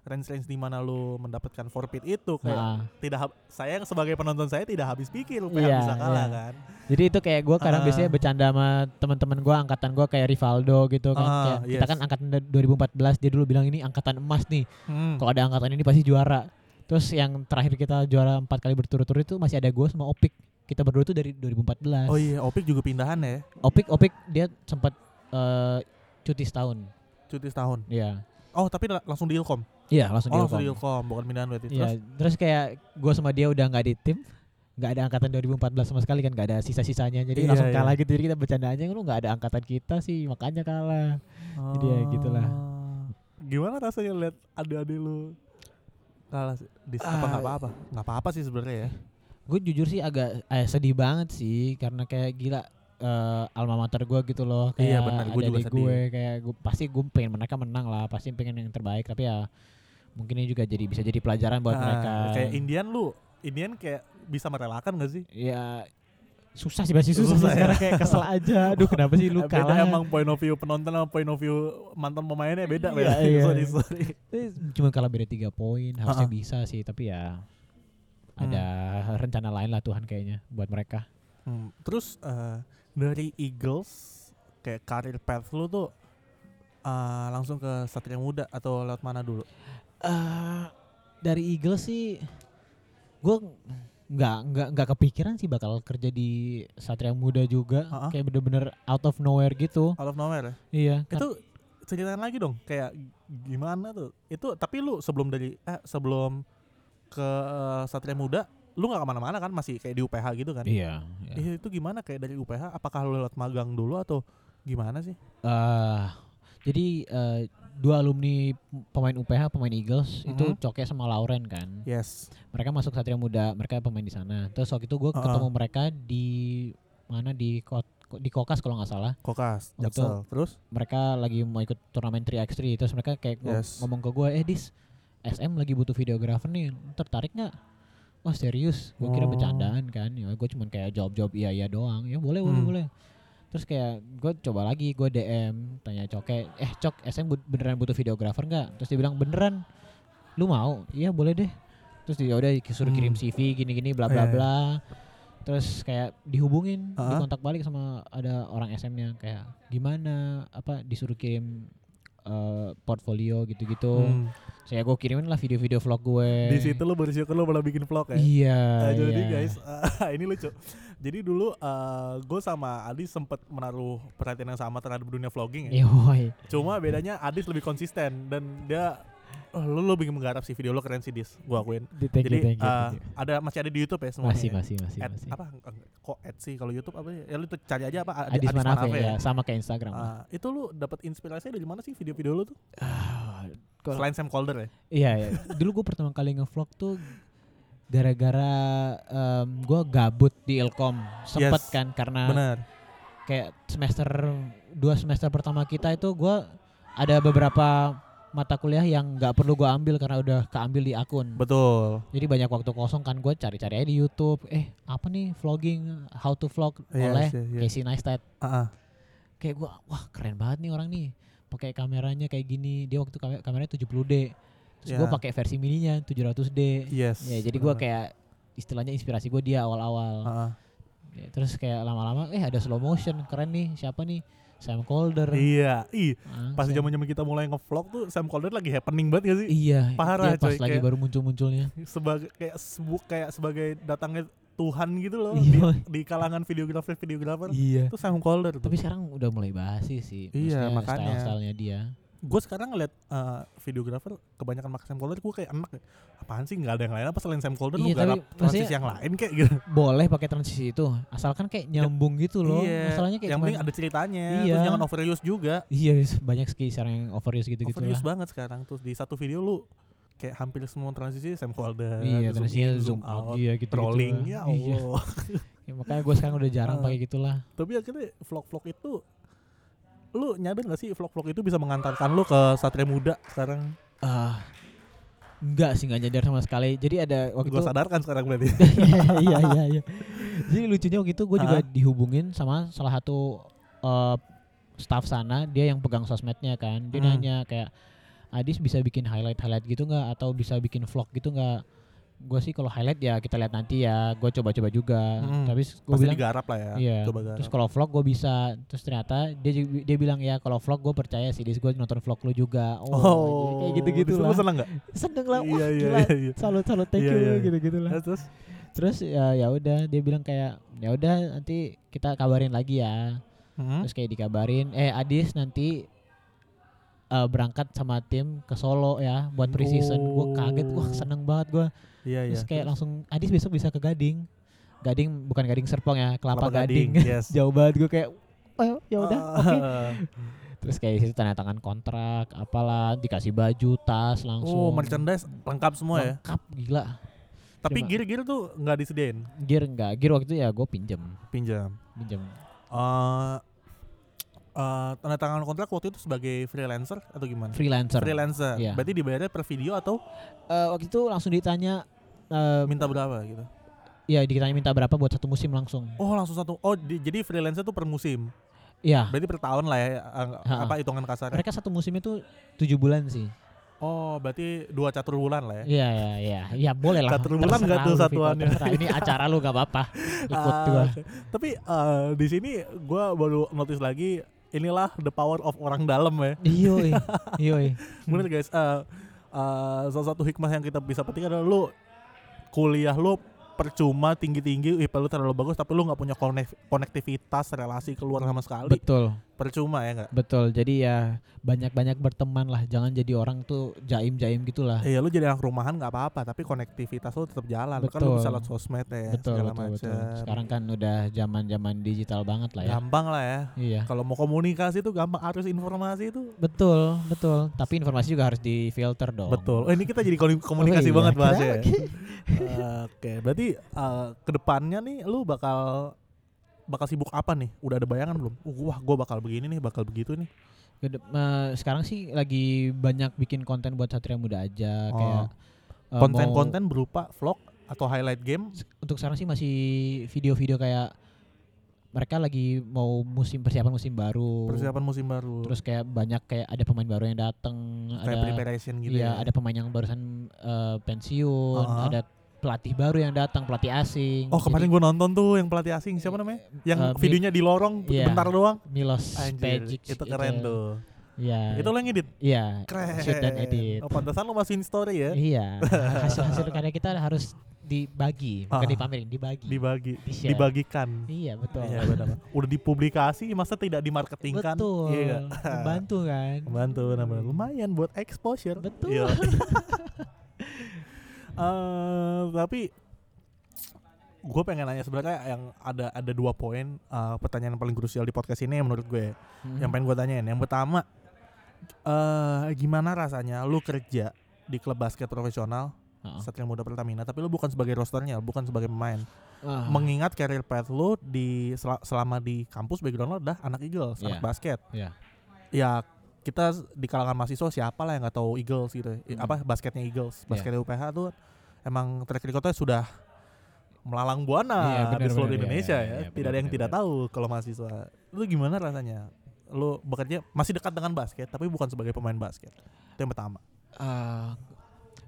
Speaker 2: range range di mana lu mendapatkan forfeit itu kayak
Speaker 3: Nah,
Speaker 2: tidak hab- saya yang sebagai penonton saya tidak habis pikir lu
Speaker 3: Iya,
Speaker 2: bisa kalah
Speaker 3: iya.
Speaker 2: kan
Speaker 3: Jadi itu kayak gue kadang
Speaker 2: Ah.
Speaker 3: biasanya bercanda sama teman-teman gue angkatan gue kayak Rivaldo gitu kan.
Speaker 2: Ah,
Speaker 3: Kayak Kita
Speaker 2: yes.
Speaker 3: kan angkatan da- 2014 dia dulu bilang ini angkatan emas nih.
Speaker 2: Hmm.
Speaker 3: Kalau ada angkatan ini pasti juara. Terus yang terakhir kita juara empat kali berturut-turut itu masih ada gue sama Opik. Kita berdua tuh dari 2014.
Speaker 2: oh iya Opik juga pindahan ya
Speaker 3: Opik Opik dia sempat eh, cuti setahun.
Speaker 2: cuti setahun
Speaker 3: Iya.
Speaker 2: oh tapi la- langsung di Ilkom
Speaker 3: Iya langsung
Speaker 2: oh
Speaker 3: dia
Speaker 2: langsung di Ilkom bukan pindahan berarti terus
Speaker 3: Iya. Terus kayak gue sama dia udah nggak di tim nggak ada angkatan 2014 sama sekali kan nggak ada sisa-sisanya jadi
Speaker 2: Iya,
Speaker 3: langsung
Speaker 2: iya.
Speaker 3: kalah gitu jadi kita bercanda aja lu nggak ada angkatan kita sih makanya kalah jadi ya gitulah.
Speaker 2: Ah. gimana rasanya lihat adik-adik lu kalah sih? di apa
Speaker 3: Ah.
Speaker 2: nggak apa-apa nggak apa-apa sih sebenarnya ya
Speaker 3: gue jujur sih agak eh, sedih banget sih karena kayak gila eh, alma mater gue gitu loh kayak
Speaker 2: Iya, benar, gua juga
Speaker 3: adik-adik
Speaker 2: sedih.
Speaker 3: gue kayak gua, pasti gue pengen mereka menang lah pasti pengen yang terbaik tapi ya mungkin ini juga jadi bisa jadi pelajaran buat
Speaker 2: Ah,
Speaker 3: mereka
Speaker 2: kayak Indian lu Indian kayak bisa merelakan gak sih
Speaker 3: ya susah sih pasti susah, sih
Speaker 2: Susah ya.
Speaker 3: sekarang kayak kesel aja aduh kenapa sih lu
Speaker 2: Eh,
Speaker 3: kalah ya.
Speaker 2: Beda emang point of view penonton sama point of view mantan pemainnya beda
Speaker 3: Iya,
Speaker 2: beda.
Speaker 3: iya.
Speaker 2: sorry sorry.
Speaker 3: Eh, cuma kalah beda tiga poin harusnya
Speaker 2: Ha-ha.
Speaker 3: bisa sih tapi ya
Speaker 2: Hmm.
Speaker 3: ada rencana lain lah Tuhan kayaknya buat mereka
Speaker 2: Hmm, Terus eh, dari Eagles kayak karir path lu tuh eh, langsung ke Satria Muda atau lewat mana dulu?
Speaker 3: eh dari Eagles sih gue nggak nggak nggak kepikiran sih bakal kerja di Satria Muda juga
Speaker 2: Ah, ah.
Speaker 3: kayak bener-bener out of nowhere gitu
Speaker 2: Out of nowhere. ya?
Speaker 3: iya kan-
Speaker 2: Itu ceritain lagi dong kayak gimana tuh? Itu tapi lu sebelum dari eh sebelum ke eh, Satria Muda lu nggak kemana-mana kan masih kayak di UPH gitu kan?
Speaker 3: iya iya.
Speaker 2: Iya, itu gimana kayak dari UPH? Apakah lu lewat magang dulu atau gimana sih?
Speaker 3: Eh, jadi eh, dua alumni pemain UPH pemain Eagles itu
Speaker 2: Mhm.
Speaker 3: Coke sama Lauren kan
Speaker 2: Yes.
Speaker 3: mereka masuk Satria Muda mereka pemain di sana terus waktu itu gue
Speaker 2: Ah, ah.
Speaker 3: ketemu mereka di mana di kot di Kokas kalau nggak salah
Speaker 2: Kokas,
Speaker 3: Waktu-
Speaker 2: Jaksel. Terus?
Speaker 3: mereka lagi mau ikut turnamen 3x3 terus mereka kayak ngo-
Speaker 2: Yes.
Speaker 3: ngomong ke gue eh dis SM lagi butuh videografer nih lu tertarik nggak wah serius gue kira
Speaker 2: Oh.
Speaker 3: bercandaan kan ya gue cuman kayak jawab jawab iya iya doang ya boleh boleh
Speaker 2: Hmm.
Speaker 3: boleh terus kayak gue coba lagi gue DM tanya coke eh cok SM bu- beneran butuh videografer nggak terus dia bilang beneran lu mau iya boleh deh terus dia "Ya udah disuruh kirim
Speaker 2: Hmm.
Speaker 3: CV gini gini
Speaker 2: Oh,
Speaker 3: bla
Speaker 2: iya,
Speaker 3: bla
Speaker 2: iya.
Speaker 3: bla terus kayak dihubungin
Speaker 2: Ah.
Speaker 3: dikontak balik sama ada orang SM-nya kayak gimana apa disuruh kirim eh, portfolio gitu-gitu
Speaker 2: Hmm.
Speaker 3: saya gue kirimin lah video-video vlog gue
Speaker 2: Di situ lu bersyukur lu malah bikin vlog ya.
Speaker 3: iya
Speaker 2: Eh, jadi
Speaker 3: iya.
Speaker 2: guys, eh, ini lucu. Jadi dulu gue sama Adi sempet menaruh perhatian yang sama terhadap dunia vlogging ya.
Speaker 3: Iya, woy.
Speaker 2: Cuma bedanya Adis lebih konsisten dan dia oh, lu lu bikin menggarap sih video lo keren sih Dis, gua akuin.
Speaker 3: Di- thank you,
Speaker 2: Jadi
Speaker 3: thank you,
Speaker 2: eh,
Speaker 3: thank you.
Speaker 2: ada masih ada di YouTube ya semuanya.
Speaker 3: masih
Speaker 2: ya?
Speaker 3: masih masih
Speaker 2: Ad-
Speaker 3: masih
Speaker 2: apa kok ad sih kalau YouTube apa ya? Ya lu tuh cari aja apa Adi-
Speaker 3: Adis Manafe
Speaker 2: Manafe
Speaker 3: ya sama kayak Instagram lah.
Speaker 2: Ah, itu lu dapat inspirasi dari mana sih video-video lu tuh?
Speaker 3: Ah, Kalau-
Speaker 2: Selain Sam Calder ya.
Speaker 3: Iya, iya. dulu gue pertama kali ngevlog tuh gara-gara gue gabut di Ilkom sempet
Speaker 2: Yes,
Speaker 3: kan karena
Speaker 2: Benar.
Speaker 3: kayak semester dua semester pertama kita itu gua ada beberapa mata kuliah yang nggak perlu gua ambil karena udah keambil di akun.
Speaker 2: Betul.
Speaker 3: Jadi banyak waktu kosong kan gua cari-cari aja di YouTube. Eh apa nih vlogging, how to vlog
Speaker 2: Iya,
Speaker 3: oleh
Speaker 2: iya, iya.
Speaker 3: Casey Neistat.
Speaker 2: Ah, ah.
Speaker 3: Kayak gua wah keren banget nih orang nih. Pakai kameranya kayak gini. Dia waktu kamera kameranya 70D. Terus gua
Speaker 2: Ya.
Speaker 3: pakai versi mininya 700D.
Speaker 2: Yes. Ah.
Speaker 3: Ya jadi gua
Speaker 2: benar.
Speaker 3: kayak istilahnya inspirasi gua dia awal-awal.
Speaker 2: Ah, ah.
Speaker 3: Ya, terus kayak lama-lama eh ada slow motion keren nih siapa nih Sam Calder
Speaker 2: Iya, ih,
Speaker 3: Ah,
Speaker 2: pas
Speaker 3: Sam-
Speaker 2: zaman-zaman kita mulai nge-vlog tuh Sam Calder lagi happening banget gak sih?
Speaker 3: iya
Speaker 2: Parah,
Speaker 3: dia pas
Speaker 2: coy,
Speaker 3: lagi
Speaker 2: kayak-
Speaker 3: baru muncul-munculnya
Speaker 2: sebagai kayak sebu- kayak sebagai datangnya Tuhan gitu loh di,
Speaker 3: Iya.
Speaker 2: di kalangan videografer videografer
Speaker 3: iya
Speaker 2: itu Sam Calder tuh.
Speaker 3: tapi sekarang udah mulai basi sih
Speaker 2: Iya,
Speaker 3: maksudnya
Speaker 2: makanya.
Speaker 3: style-stylenya dia
Speaker 2: gue sekarang ngeliat eh, videografer kebanyakan pakai Sam Calder gue kayak enak ya. apaan sih nggak ada yang lain apa selain Sam Calder lu
Speaker 3: Iya,
Speaker 2: garap
Speaker 3: tapi
Speaker 2: transisi
Speaker 3: maksudnya-
Speaker 2: yang lain kayak gitu
Speaker 3: boleh pakai transisi itu asalkan kayak nyambung gitu loh masalahnya kayak
Speaker 2: Iya. yang
Speaker 3: cuman-
Speaker 2: penting ada ceritanya
Speaker 3: Iya.
Speaker 2: terus jangan overuse juga
Speaker 3: iya banyak sekali sekarang yang overuse gitu-gitu
Speaker 2: overuse
Speaker 3: lah
Speaker 2: banget sekarang terus di satu video lu kayak hampir semua transisi Sam Calder
Speaker 3: iya
Speaker 2: zoom
Speaker 3: transisinya
Speaker 2: in,
Speaker 3: zoom, out, iya gitu
Speaker 2: trolling ya
Speaker 3: iya.
Speaker 2: Allah
Speaker 3: Ya, makanya gue sekarang udah jarang
Speaker 2: Ah.
Speaker 3: pakai gitulah
Speaker 2: Tapi akhirnya vlog-vlog itu lu nyadar gak sih vlog-vlog itu bisa mengantarkan lu ke satria muda sekarang?
Speaker 3: ah enggak sih enggak nyadar sama sekali jadi ada waktu
Speaker 2: Gue
Speaker 3: itu
Speaker 2: sadarkan sekarang berarti.
Speaker 3: iya iya iya. Jadi lucunya waktu itu gue juga
Speaker 2: Hah?
Speaker 3: dihubungin sama salah satu eh, staff sana, dia yang pegang sosmednya kan. Dia
Speaker 2: Hmm.
Speaker 3: nanya kayak Adis bisa bikin highlight highlight gitu nggak atau bisa bikin vlog gitu nggak? Gue sih kalau highlight ya kita lihat nanti ya. Gue coba-coba juga.
Speaker 2: Hmm.
Speaker 3: Tapi gue
Speaker 2: Pasti
Speaker 3: bilang
Speaker 2: digarap lah ya.
Speaker 3: Iya.
Speaker 2: Coba garap.
Speaker 3: terus kalau vlog gue bisa. Terus ternyata dia ju- dia bilang ya kalau vlog gue percaya sih, Dis gue nonton vlog lu juga. Oh, kayak gitu-gitu
Speaker 2: disitu Lu
Speaker 3: lah.
Speaker 2: seneng gak?
Speaker 3: Seneng lah. Wah,
Speaker 2: Iya, iya,
Speaker 3: gila.
Speaker 2: iya, iya.
Speaker 3: Salut salut thank
Speaker 2: Iya,
Speaker 3: you
Speaker 2: iya.
Speaker 3: gitu-gitu lah
Speaker 2: Eh, Terus
Speaker 3: terus ya ya udah dia bilang kayak ya udah nanti kita kabarin lagi ya
Speaker 2: Hmm.
Speaker 3: terus kayak dikabarin eh Adis nanti eh, berangkat sama tim ke Solo ya buat preseason gue kaget wah
Speaker 2: Oh.
Speaker 3: seneng banget gue
Speaker 2: Iya iya.
Speaker 3: terus kayak langsung Adis besok bisa ke Gading Gading bukan Gading Serpong ya Kelapa,
Speaker 2: Kelapa
Speaker 3: Gading,
Speaker 2: Yes.
Speaker 3: jauh banget gue kayak oh ya udah
Speaker 2: Ah,
Speaker 3: oke terus kayak situ tanda tangan kontrak apalah dikasih baju tas langsung
Speaker 2: Oh merchandise lengkap semua ya.
Speaker 3: lengkap gila
Speaker 2: Tapi
Speaker 3: Cuma-
Speaker 2: gear-gear tuh nggak disediain
Speaker 3: gear enggak gear waktu itu ya gue pinjem
Speaker 2: pinjam.
Speaker 3: pinjem
Speaker 2: Eh eh, tanda tangan kontrak waktu itu sebagai freelancer atau gimana?
Speaker 3: freelancer
Speaker 2: Freelancer.
Speaker 3: Iya.
Speaker 2: Berarti dibayarnya per video atau
Speaker 3: Eh, waktu itu langsung ditanya eh
Speaker 2: minta berapa gitu?
Speaker 3: ya ditanya minta berapa buat satu musim langsung.
Speaker 2: Oh langsung satu. Oh di- jadi freelancer tuh per musim.
Speaker 3: Iya.
Speaker 2: Berarti per tahun lah ya ang-
Speaker 3: Ha-ha.
Speaker 2: apa hitungan kasarnya.
Speaker 3: Mereka satu musim itu tujuh bulan sih.
Speaker 2: Oh berarti dua catur bulan lah ya.
Speaker 3: Iya iya iya. Ya boleh lah.
Speaker 2: Satu bulan nggak
Speaker 3: Terserah
Speaker 2: tuh
Speaker 3: lu, Viko,
Speaker 2: satuannya?
Speaker 3: terserah. Ini acara lu gak apa-apa. Ikut
Speaker 2: Ah,
Speaker 3: gua.
Speaker 2: oke. Tapi eh, di sini gue baru notice lagi inilah the power of orang dalam ya.
Speaker 3: Iyo iyo.
Speaker 2: Bener
Speaker 3: Hmm.
Speaker 2: guys. eh, eh, salah satu hikmah yang kita bisa petik adalah lu kuliah lu percuma tinggi-tinggi IP lu terlalu bagus tapi lu nggak punya konek- konektivitas relasi keluar sama sekali
Speaker 3: Betul
Speaker 2: percuma ya nggak
Speaker 3: betul. Jadi ya banyak-banyak berteman lah. Jangan jadi orang tuh jaim-jaim gitulah.
Speaker 2: Iya lu jadi anak rumahan nggak apa-apa tapi konektivitas lu tetap jalan kan lu
Speaker 3: Betul.
Speaker 2: bisa lihat sosmed ya
Speaker 3: betul
Speaker 2: segala
Speaker 3: betul betul.
Speaker 2: macam.
Speaker 3: Sekarang kan udah zaman-zaman digital banget lah ya.
Speaker 2: Gampang lah ya.
Speaker 3: Iya.
Speaker 2: Kalau mau komunikasi itu gampang arus informasi itu.
Speaker 3: Betul betul. Tapi informasi juga harus difilter dong.
Speaker 2: Betul. Oh, ini kita jadi komu- komunikasi
Speaker 3: iya.
Speaker 2: banget bahasnya. ya.
Speaker 3: Oke.
Speaker 2: Oke, berarti eh, kedepannya nih lu bakal bakal sibuk apa nih? Udah ada bayangan belum? Uh, Wah, gue bakal begini nih, bakal begitu nih.
Speaker 3: Kedep- eh, sekarang sih lagi banyak bikin konten buat Satria Muda aja
Speaker 2: Oh.
Speaker 3: kayak eh, mau-
Speaker 2: Konten-konten berupa vlog atau highlight game.
Speaker 3: untuk sekarang sih masih video-video kayak mereka lagi mau musim persiapan musim baru.
Speaker 2: persiapan musim baru
Speaker 3: Terus kayak banyak kayak ada pemain baru yang datang,
Speaker 2: kayak
Speaker 3: ada
Speaker 2: preparation gitu ya
Speaker 3: iya, ada pemain yang barusan eh, pensiun,
Speaker 2: Uh-huh.
Speaker 3: ada pelatih baru yang datang, pelatih asing.
Speaker 2: oh kemarin
Speaker 3: Hmm, Jadi,
Speaker 2: gue nonton tuh yang pelatih asing siapa namanya yang
Speaker 3: eh, Mi-
Speaker 2: videonya di lorong
Speaker 3: iya.
Speaker 2: bentar doang
Speaker 3: Milos
Speaker 2: Anjir,
Speaker 3: Pejic gitu.
Speaker 2: itu keren tuh.
Speaker 3: Iya.
Speaker 2: itu lo yang edit?
Speaker 3: Iya.
Speaker 2: Keren.
Speaker 3: Shoot dan edit.
Speaker 2: Oh, pantesan lo masukin story ya,
Speaker 3: Iya. Hasil hasil karya kita harus dibagi,
Speaker 2: Ah.
Speaker 3: bukan dipamerin, dibagi.
Speaker 2: dibagi,
Speaker 3: Di-share.
Speaker 2: dibagikan.
Speaker 3: Iya betul.
Speaker 2: Iya, benar. Udah dipublikasi, masa tidak dimarketingkan?
Speaker 3: Betul.
Speaker 2: Iya nggak?
Speaker 3: Membantu kan.
Speaker 2: Membantu namanya. Lumayan buat exposure.
Speaker 3: Betul.
Speaker 2: Iya. Eh, tapi gue pengen nanya sebenarnya yang ada ada dua poin eh, pertanyaan paling krusial di podcast ini menurut gue. ya. yang
Speaker 3: Hmm.
Speaker 2: pengen gue tanyain yang pertama eh gimana rasanya lu kerja di klub basket profesional
Speaker 3: Heeh.
Speaker 2: Satria Muda Pertamina tapi lu bukan sebagai rosternya bukan sebagai pemain
Speaker 3: Ah.
Speaker 2: mengingat career path lu di sel- selama di kampus background lu adalah anak Eagles anak
Speaker 3: Iya.
Speaker 2: basket
Speaker 3: Iya.
Speaker 2: ya kita s- di kalangan mahasiswa siapa lah yang nggak tahu Eagles gitu ya. I-
Speaker 3: Mm.
Speaker 2: apa basketnya Eagles basketnya UPH tuh emang track recordnya sudah melalang buana
Speaker 3: Iya,
Speaker 2: di
Speaker 3: benar,
Speaker 2: seluruh
Speaker 3: benar, iya,
Speaker 2: Indonesia
Speaker 3: iya,
Speaker 2: ya
Speaker 3: iya,
Speaker 2: tidak
Speaker 3: benar,
Speaker 2: ada yang
Speaker 3: benar,
Speaker 2: tidak
Speaker 3: benar.
Speaker 2: tahu kalau mahasiswa lu gimana rasanya lu bekerja masih dekat dengan basket tapi bukan sebagai pemain basket itu yang pertama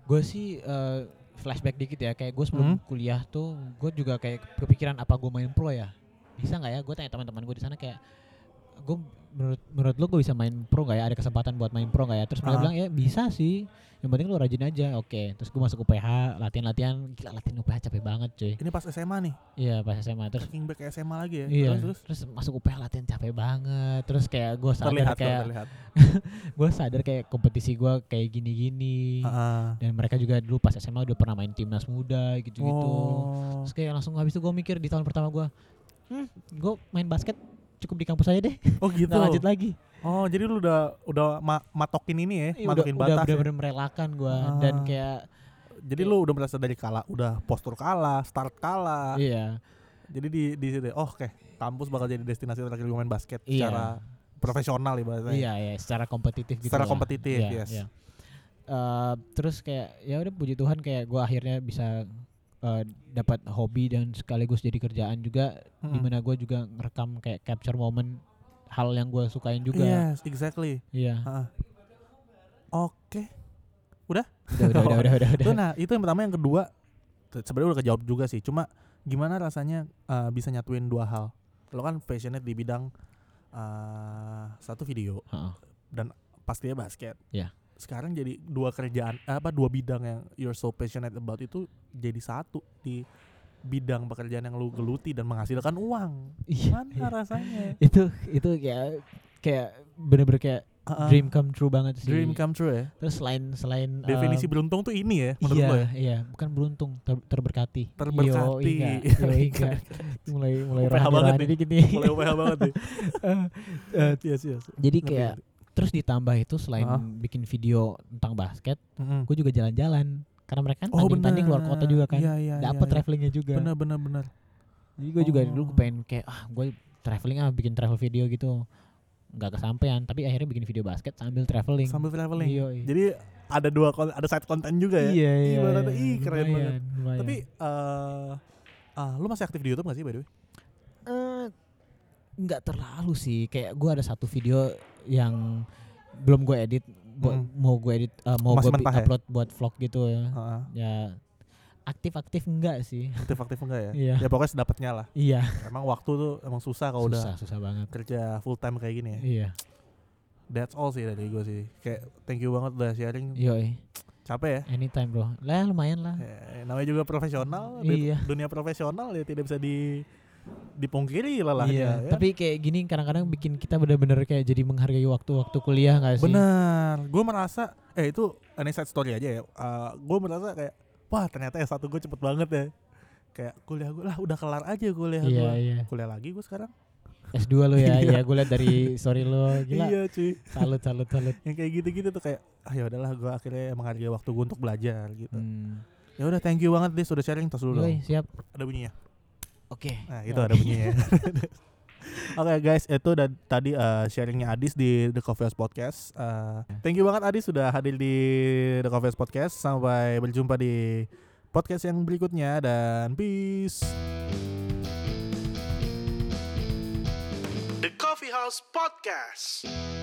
Speaker 3: gue Eh, sih eh, flashback dikit ya kayak gue sebelum
Speaker 2: Hmm.
Speaker 3: kuliah tuh gue juga kayak kepikiran apa gue main pro ya bisa nggak ya gue tanya teman-teman gue di sana kayak gue menurut menurut lo gue bisa main pro nggak ya ada kesempatan buat main pro nggak ya terus mereka
Speaker 2: Ah.
Speaker 3: bilang ya bisa sih yang penting lo rajin aja oke terus gue masuk UPH latihan-latihan gila latihan UPH capek banget cuy
Speaker 2: ini pas SMA nih
Speaker 3: iya pas SMA terus
Speaker 2: tracking back ke SMA lagi ya
Speaker 3: Iya,
Speaker 2: terus, terus
Speaker 3: terus, masuk UPH latihan capek banget. Terus kayak gue sadar
Speaker 2: terlihat dong,
Speaker 3: kayak
Speaker 2: terlihat
Speaker 3: gue sadar kayak kompetisi gue kayak gini-gini.
Speaker 2: Ah.
Speaker 3: Dan mereka juga dulu pas SMA udah pernah main timnas muda gitu-gitu.
Speaker 2: Oh.
Speaker 3: Terus kayak langsung habis itu gue mikir di tahun pertama gue, hmm, gue main basket cukup di kampus aja deh,
Speaker 2: oh gitu
Speaker 3: nggak lanjut lagi.
Speaker 2: oh jadi lu udah udah ma- matokin ini ya
Speaker 3: Iya, udah
Speaker 2: matokin
Speaker 3: udah
Speaker 2: batas ya.
Speaker 3: bener-bener merelakan gue dan
Speaker 2: Ah.
Speaker 3: kayak
Speaker 2: Jadi lu udah merasa dari kalah, udah postur kalah, start kalah.
Speaker 3: iya
Speaker 2: Jadi di di situ, oh, oke, kampus bakal jadi destinasi terakhir gue main basket
Speaker 3: Iya.
Speaker 2: secara profesional ibaratnya.
Speaker 3: Iya ya, secara kompetitif gitu.
Speaker 2: Secara
Speaker 3: lah.
Speaker 2: kompetitif,
Speaker 3: Iya,
Speaker 2: yes.
Speaker 3: iya. Eh, terus kayak ya udah puji Tuhan kayak gua akhirnya bisa eh, dapat hobi dan sekaligus jadi kerjaan juga
Speaker 2: Mm-mm.
Speaker 3: dimana gue juga ngerekam kayak capture moment hal yang gua sukain juga.
Speaker 2: Yes, exactly.
Speaker 3: Iya.
Speaker 2: Heeh. Oke.
Speaker 3: Udah udah udah udah udah.
Speaker 2: Itu nah, itu yang pertama, yang kedua t- sebenarnya udah kejawab juga sih. Cuma gimana rasanya eh, bisa nyatuin dua hal? Lo kan passionate di bidang eh, satu video,
Speaker 3: Heeh.
Speaker 2: pastinya basket.
Speaker 3: Iya.
Speaker 2: Sekarang jadi dua kerjaan apa dua bidang yang you're so passionate about itu jadi satu di bidang pekerjaan yang lu geluti dan menghasilkan uang.
Speaker 3: Iya.
Speaker 2: Gimana rasanya?
Speaker 3: Itu itu kayak kayak bener-bener kayak
Speaker 2: Uh-uh.
Speaker 3: dream come true banget sih.
Speaker 2: Dream come true ya.
Speaker 3: Terus selain selain eh,
Speaker 2: Definisi beruntung tuh ini ya menurut
Speaker 3: iya,
Speaker 2: lo ya.
Speaker 3: Iya, bukan beruntung, ter- terberkati.
Speaker 2: Terberkati.
Speaker 3: Yoi, enggak, yoi, enggak. mulai mulai
Speaker 2: Upah banget
Speaker 3: rohani
Speaker 2: nih.
Speaker 3: dikit nih.
Speaker 2: Mulai upaya banget ya. nih.
Speaker 3: Eh,
Speaker 2: Yes, yes.
Speaker 3: Jadi
Speaker 2: iya. Ngerti,
Speaker 3: kayak
Speaker 2: ngerti.
Speaker 3: terus ditambah itu selain
Speaker 2: Ah.
Speaker 3: bikin video tentang basket,
Speaker 2: Mm-mm. Oh,
Speaker 3: gue juga jalan-jalan karena mereka kan tanding-tanding luar kota juga kan.
Speaker 2: Iya, iya,
Speaker 3: Dapat
Speaker 2: iya, iya.
Speaker 3: travelingnya juga.
Speaker 2: Benar benar benar.
Speaker 3: Jadi gue juga
Speaker 2: Oh.
Speaker 3: dulu pengen kayak ah gue traveling ah bikin travel video gitu nggak kesampaian tapi akhirnya bikin video basket sambil traveling.
Speaker 2: Sambil traveling.
Speaker 3: Yoi.
Speaker 2: Jadi ada dua kon- ada side content juga ya.
Speaker 3: Iya iya.
Speaker 2: Ibaratnya,
Speaker 3: iya.
Speaker 2: ih, keren
Speaker 3: Lumayan,
Speaker 2: banget.
Speaker 3: lumayan.
Speaker 2: Tapi eh ah, lu masih aktif di YouTube gak sih by the way?
Speaker 3: Eh, nggak terlalu sih kayak gua ada satu video yang belum gue edit buat
Speaker 2: Hmm.
Speaker 3: mau gue edit eh, mau
Speaker 2: Masih
Speaker 3: gue
Speaker 2: mentah ya?
Speaker 3: upload buat vlog gitu ya
Speaker 2: Heeh.
Speaker 3: ya aktif aktif enggak sih
Speaker 2: Aktif-aktif enggak ya?
Speaker 3: iya
Speaker 2: Ya pokoknya sedapatnya lah.
Speaker 3: iya
Speaker 2: Emang waktu tuh emang susah kalau udah
Speaker 3: susah susah banget
Speaker 2: kerja full time kayak gini ya.
Speaker 3: Oh, iya
Speaker 2: That's all sih dari gue sih. Kayak thank you banget udah sharing.
Speaker 3: yoi
Speaker 2: Capek ya.
Speaker 3: anytime bro lah lumayan lah
Speaker 2: Eh, namanya juga profesional, di
Speaker 3: Iya.
Speaker 2: dunia profesional ya tidak bisa di dipungkiri lelahnya.
Speaker 3: iya
Speaker 2: ya.
Speaker 3: tapi kayak gini kadang-kadang bikin kita bener-bener kayak jadi menghargai waktu-waktu kuliah nggak iya sih
Speaker 2: benar. Gue merasa eh itu ini side story aja ya. gue merasa kayak wah ternyata S1 gue cepet banget ya. Kayak kuliah gue lah udah kelar aja kuliah
Speaker 3: iya
Speaker 2: gue.
Speaker 3: iya
Speaker 2: Kuliah lagi gue sekarang.
Speaker 3: S2 lo
Speaker 2: ya,
Speaker 3: ya
Speaker 2: Iya.
Speaker 3: iya gue liat dari story lo gila
Speaker 2: Iya cuy.
Speaker 3: salut salut salut
Speaker 2: Yang kayak gitu-gitu tuh kayak ah ya udahlah gue akhirnya menghargai waktu gue untuk belajar gitu.
Speaker 3: hmm.
Speaker 2: Ya udah thank you banget Dis udah sharing terus dulu. dong.
Speaker 3: Yoi, siap
Speaker 2: Ada bunyinya.
Speaker 3: oke
Speaker 2: Nah, itu ada bunyinya. Oke guys, itu dan tadi eh, sharingnya Adis di The Coffee House Podcast. Eh, thank you banget Adis sudah hadir di The Coffee House Podcast. Sampai berjumpa di podcast yang berikutnya dan peace. House Podcast.